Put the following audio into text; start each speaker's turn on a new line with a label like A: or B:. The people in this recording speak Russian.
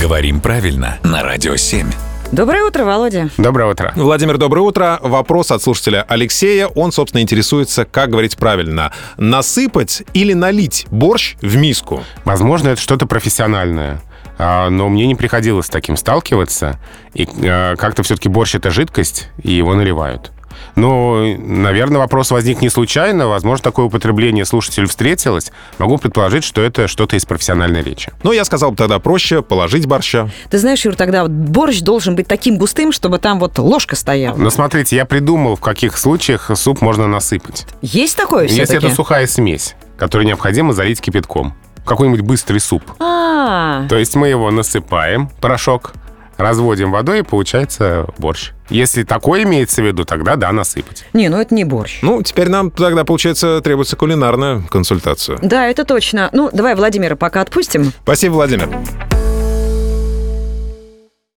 A: Говорим правильно на Радио 7.
B: Доброе утро, Володя.
C: Доброе утро.
D: Владимир, доброе утро. Вопрос от слушателя Алексея. Он, собственно, интересуется, как говорить правильно. Насыпать или налить борщ в миску?
C: Возможно, это что-то профессиональное. а, Но мне не приходилось с таким сталкиваться. И э, как-то все-таки борщ — это жидкость, и его наливают. Ну, наверное, вопрос возник не случайно. Возможно, такое употребление слушателю встретилось. Могу предположить, что это что-то из профессиональной речи.
D: Ну, я сказал бы тогда проще положить борща.
B: Ты знаешь, Юр, тогда вот борщ должен быть таким густым, чтобы там вот ложка стояла.
C: Но смотрите, я придумал, в каких случаях суп можно насыпать.
B: Есть такое
C: Если
B: все-таки?
C: это сухая смесь, которую необходимо залить кипятком. Какой-нибудь быстрый суп.
B: А,
C: То есть мы его насыпаем, порошок, разводим водой, и получается борщ. Если такое имеется в виду, тогда да, насыпать.
B: не, ну это не борщ.
D: Ну, теперь нам тогда, получается, требуется кулинарная консультация.
B: Да, это точно. Ну, давай Владимира пока отпустим.
D: Спасибо, Владимир.